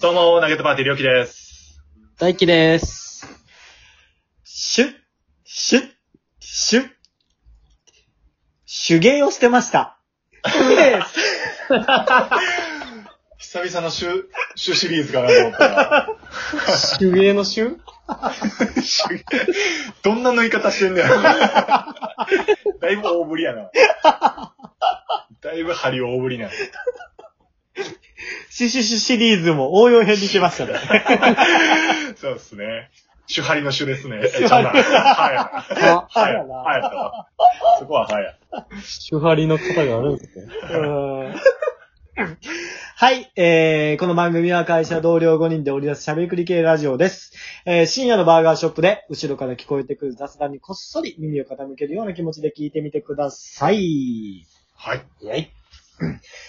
どうも、ナゲットパーティー、りょうきです。大輝です。シュッ、シュッ、シュッ。手芸をしてました。久々のシュ、シュシリーズかな と思ったら。手芸の手シュどんな縫い方してんだ よ。だいぶ大ぶりやな。だいぶ針大ぶりな。シュシュシュシリーズも応用編にしましたね。そうですね。シュハリのシュです ね。え、ちゃうな。はあ、や。はや。歯やなはやったわ。そこははや。手張りの方があるんですね。うんはい、えー、この番組は会社同僚5人で織り出す喋りくり系ラジオです。えー、深夜のバーガーショップで後ろから聞こえてくる雑談にこっそり耳を傾けるような気持ちで聞いてみてください。はい。はい。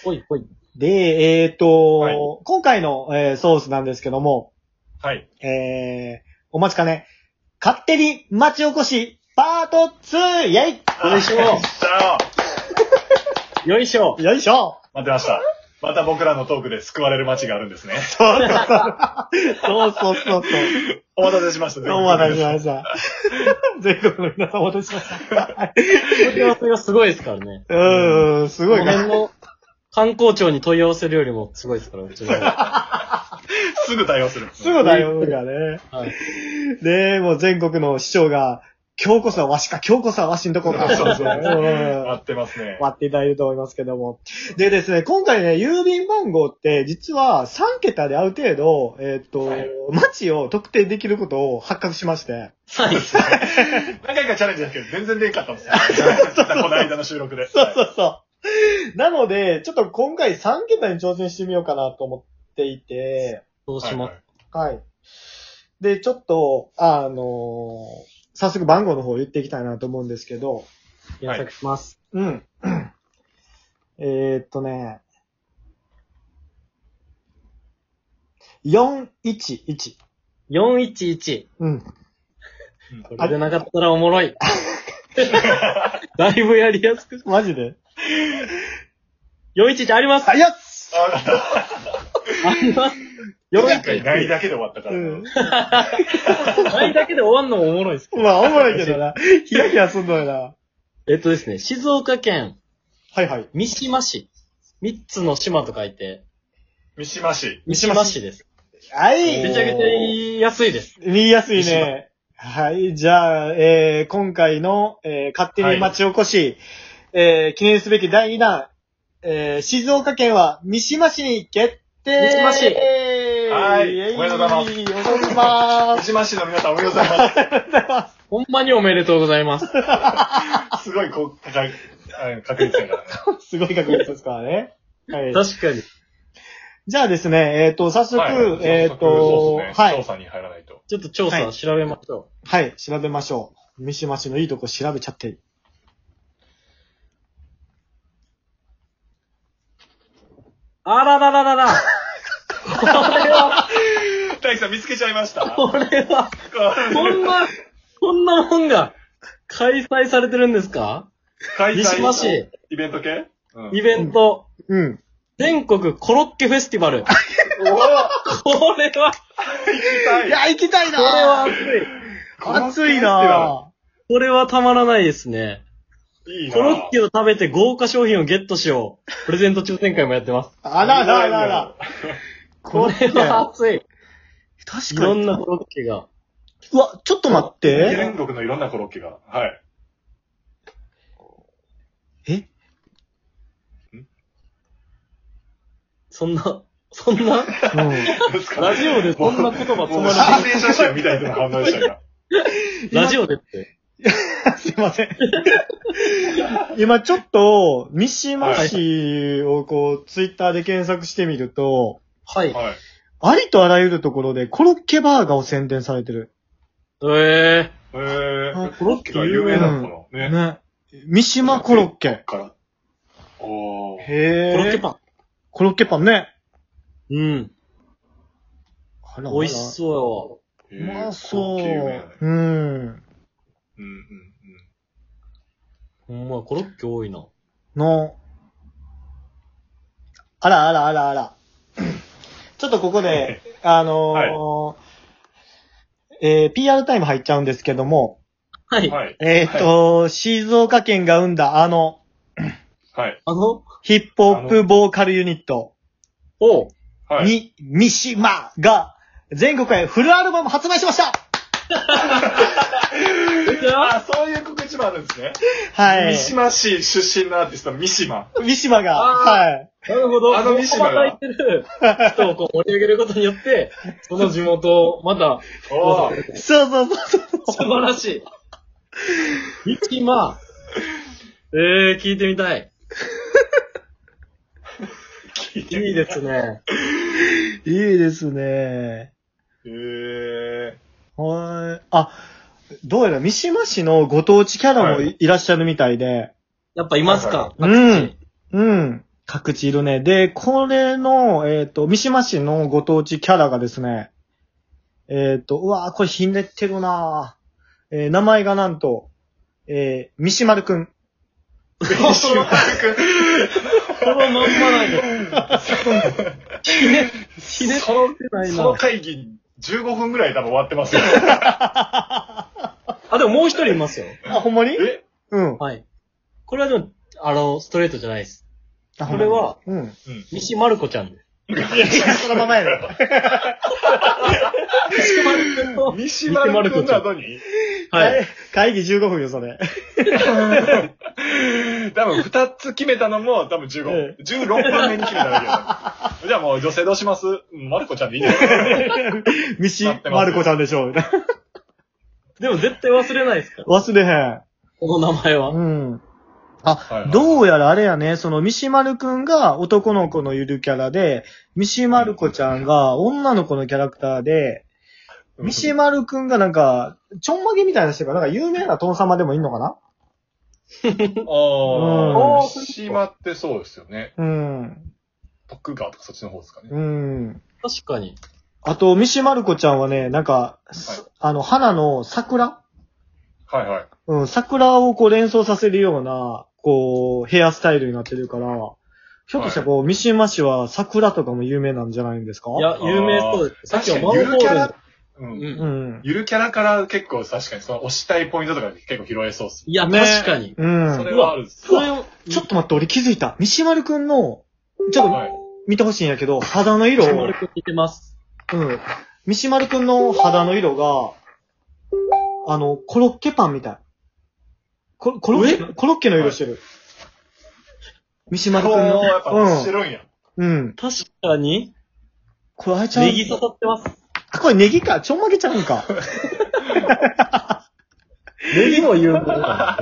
ほいほい。で、えーと、はい今回の、えーソースなんですけども、はい。えー、お待ちかね。勝手に町おこし、パート 2! イェイよいしょあよっゃーよいしょよいしょ待ってました。また僕らのトークで救われる街があるんですね。そうそうそうそう。お待たせしました。どうもありがとうございました。全国の皆さんお待たせしました。問い合わせがすごいですからね。うーん、すごいこの辺ね。の観光庁に問い合わせるよりもすごいですから、うち の。はすぐ対応する。すぐだよ、がね。い。で、もう全国の市長が、今日こそはわしか、今日こそはわしんとこか。そう そううん待ってますね。割っていただいると思いますけども。でですね、今回ね、郵便番号って、実は3桁である程度、えーっと、はい街を特定できることを発覚しまして。はい。 何回かチャレンジだけど、全然できんかったん ですよ。この間の収録で。そうそうそう。なので、ちょっと今回3桁に挑戦してみようかなと思っていて、そうします。はい。で、ちょっと、あのー早速番号の方言っていきたいなと思うんですけど、検索します。うん。 えーっとね、411。 411。うん。これでなかったらおもろい。 だいぶやりやすく。マジで411ありますあ、あよっすあ、分かっりますた。前回ない !411。だけで終わったからうな。ん。ないだけで終わんのもおもろいですけど。まあ、おもろいけどな。 ヒヤヒヤすんのよな。えっとですね、静岡県はいはい。三島市。三つの島と書いて、三島市。三島市です。はいめちゃくちゃ言いやすいです。見やすいね。はい。じゃあ、えー、今回の、えー、勝手に町おこし、えー、記念すべき第2弾、えー、静岡県は三島市に決定三島市はいイェイおめでとうございますおめでとうございま三す。島市の皆さんおめでとうございほんまにおめでとうございます。ます。すごいこう高いあ確率やからね。すごい確率ですからね。はい。確かに。じゃあですね、えっ、と、早速、はいえっ、と、そうっすねは調い。査に入らないと。ちょっと調は査い調べましょはい、調べましょう。三島市のいいとこ調べちゃって。う。あららららららこれは、大輝さん見つけちゃいました。 これは、こ開んな、こんなもんが開催されてるんですか催三島市イベント系うんイベント、うん。全国コロッケフェスティバ ル。これは、いや、行きたいなこれは熱い。熱いなこれはたまらないですね。いいなコロッケを食べて豪華商品をゲットしよう。プレゼント抽選会もやってます。あらららら。。これは熱い。確いろんなコロッケが。うわ、ちょっと待っいいなて。全国のいろんなコロッケが。はい。えそんな、そんな、ラジオでそんな言葉もうつまら心霊写真みたいな反応でしたが。ラジオでって。すいません。 今ちょっと、三島市をこう、ツイッターで検索してみると、はい。はい。ありとあらゆるところでコロッケバーガーを宣伝されてる。ええー、あコロッケが有名なのかなね。ね。三島コロッケ。から。おー。へー、ーコロッケパン。コロッケパンね。うん。あら美味しそうよ。えうーまコロッそケ有名やねう。うん。うんうんほんま、コロッケ多いな。の、あらあらあらあら。 ちょっとここで、あのーえー PR タイム入っちゃうんですけども、はい。はい。えーっと、静岡県が生んだあの、はい。あの、ヒップホップボーカルユニット、おうはい。に、三島が、全国へフルアルバム発売しましたあ、そういう告知もあるんですね。はい。三島市出身のアーティスト、三島。三島が、あーはい。なるほど。あの三島が働いてる人をこう盛り上げることによって、その地元をまた、おーそうそうそうそう。 素晴らしい。三島。えー、聞いてみたい。聞いてみ いいですね。いいですね。へはい。あ、どうやら三島市のご当地キャラもはいいらっしゃるみたいで、やっぱいますかはいうん。うん。各地いるね。で、これの、えっ、と、三島市のご当地キャラがですね、えっ、と、うわーこれひねってるなぁ。えー名前がなんと、えー、三島るくん。ぇー。三島くこのまんまなんだ。ひね、ひねってないん、そのな。会議15分ぐらい多分終わってますよ。あ、でももう一人いますよ。あ、ほんまにえうん。はい。これはでも、あの、ストレートじゃないです。あこれは、ほんまうにうん。ん。西丸子ちゃんです。そのままやね。西丸子の三島くんの後にはい。会議15分よ、それ。 多分二つ決めたのも多分15分え。 16分目に決めただ けど。じゃあもう女性どうしますうんマルコちゃんでいいんじゃないミシ待ってますマルコちゃんでしょう。でも絶対忘れないですから。忘れへこの名前ん。は。うん。はいあは、いどうやらあれやね、その、ミシマルくんが男の子のゆるキャラで、ミシマルコちゃんが女の子のキャラクターで、ミシマルくんがなんか、ちょんまげみたいな人が、なんか有名な殿様でもいいのかあなうんあ、三島ってそうですよね。うん。徳川とかそっちの方ですかね。うん。確かに。あと、ミシマルコちゃんはね、なんか、すあの、花の桜はいはい。うん、桜をこう連想させるような、こう、ヘアスタイルになってるから、ひょっとしたらこう、三島市は桜とかも有名なんじゃないんですかいや、有名そうです。さっきは確かマにゆンホるキャールラ。、うん。うう。んん。ゆるキャラから結構確かにその押したいポイントとか結構拾えそうっす。いや、ね確かに。うそん。れはあるっす。それを、ちょっと待って、俺気づいた。三島るくんの、ちょっとはい。見てほしいんやけど、肌の色、西う丸子似てます。ん。三島るくんの肌の色が、あの、コロッケパンみたい。ココロッケ、コロッケの色してる。三島るくん顔のもやっぱ、う白いんや。ん。うん。確かに、これあれちゃうネギ刺さってます。あ、これネギか。ちょんまげちゃうん か。ネギも有名だ。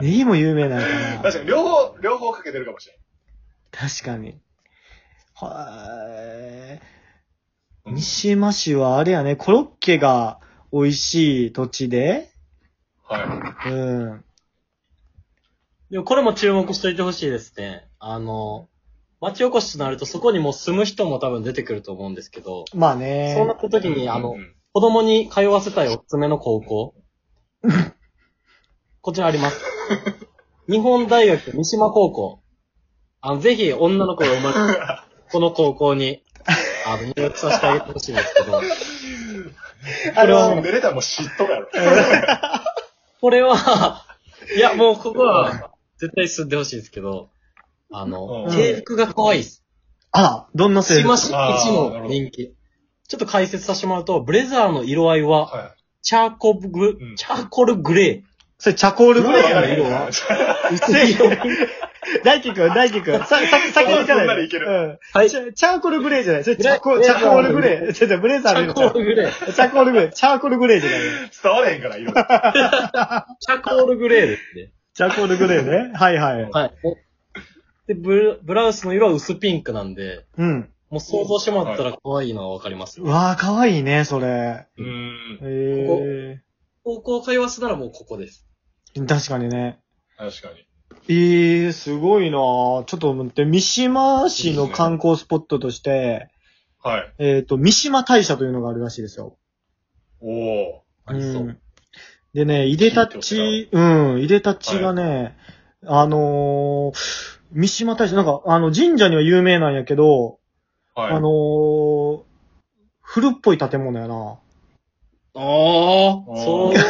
ネギも有名なんかな。確かに、両方、両方かけてるかもしれ確かに。はうーん三島市はあれやね、コロッケが美味しい土地で、ない。はうん。でもこれも注目しといてほしいですね。あの、町おこしとなるとそこにもう住む人も多分出てくると思うんですけど、まあそうなね。ったい。時に、あのう、ん子供に通わせたいおすすめの高校。こちらあります。日本大学三島高校。あの、ぜひ女の子が生まれた、この高校に、あの、入学させてあげてほしいんですけど、これはあもうの寝れたらもう嫉妬やろ。これは、いや、もうここは、絶対住んでほしいんですけど、あの、うん制服が可愛いです。あら、どんな三制服島市一の人気。ちょっと解説させてもらうと、ブレザーの色合いは、はチャーコブグ、うんチャーコルグレそれ、チャコールい。グレーやねね。色 はー。大輝くん、大輝くん。さ、 さ、先に行そかんななのいいけるうん。はいチャチャーコールグレーじゃない。それ、チャコ、グレチーャコールグレー。ちょっと、ブレザーの色ちゃうグレチー。ャコールグレー。チャーコールグレーじゃない。伝われへんから、色。チャコールグレーですね。チャコールグレーね。はいはい。はい。で、ブブラウスの色は薄ピンクなんで、うん。もう想像してもらったら可愛いのがわかりますよ。うわー、かわいいね、それ。うーん。え高校通わすならもうここです。え確かにね。確かに。ええすごいなぁちょっと待って、三島市の観光スポットとして、はい。えっ、と、三島大社というのがあるらしいですよ。おお。ありそう。んでね、いでたち、うん、いでたちがね、あのー、三島大社、なんか、あの、神社には有名なんやけど、はい。あのー、古っぽい建物やな。ああ、そう あ。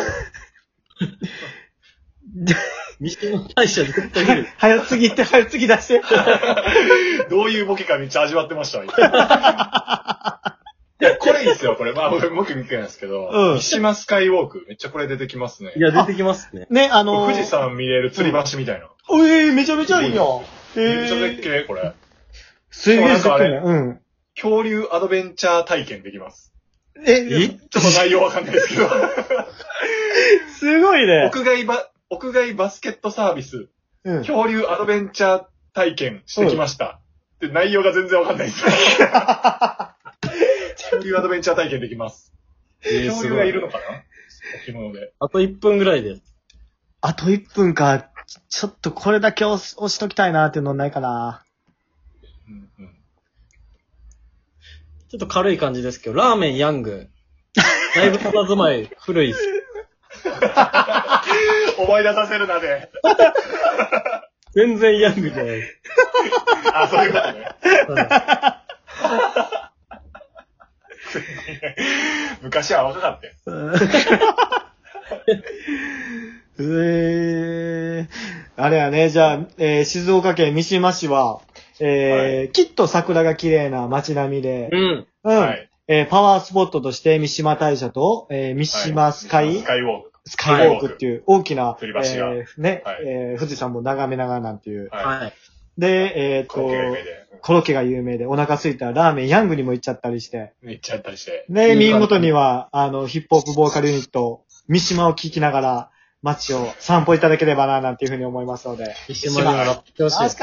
三島大社絶対いる。 早すぎって、早すぎ出 して。 どういうボケかめっちゃ味わってました、今いや、これいいですよ、これ。まあ、僕、僕見てないですけど。うん三島スカイウォーク。めっちゃこれ出てきますねい。や、出てきますね。ね、あのー、富士。山見れる吊り橋みたいな。ええめちゃめちゃいいやん。めっちゃえ絶え景、これ。すげえなん絶かあ景れね。うん。恐竜アドベンチャー体験できます。え、ちょっと内容わかんないですけ ど。すごいね。屋外バ、屋外バスケットサービス、うん。恐竜アドベンチャー体験してきました。で、内容が全然わかんない です。恐竜アドベンチャー体験できます。ええ恐す竜ごがいいる。のかな置物で。あと1分ぐらいです。あと1分か。ちょっとこれだけ押す押しときたいなっていうのないかな。うんうんちょっと軽い感じですけど、ラーメンヤング。だいぶ佇まい古いっす。思い出させるなで。全然ヤングじゃない。あ、そういうことね。 昔は若かったよ。 ええあれやね、じゃあ、えー静岡県三島市は、えーきっと桜が綺麗な街並みで、うん。うん、はい。えーパワースポットとして三島大社と、えー三島スカイ、スカイウォーク。スカイウォークっていう大きな、吊り橋がえーね、はいえー富士山も眺めながらなんていう。はい。はい。で、えーっと、高級有名で。コロッケが有名で、お腹空いたらラーメンヤングにも行っちゃったりして。めっちゃやったりして。で、いい感じ見事には、あの、ヒップホップボーカルユニット、三島を聴きながら、街を散歩いただければな、なんていうふうに思いますので。三島にはラップしてほしいです。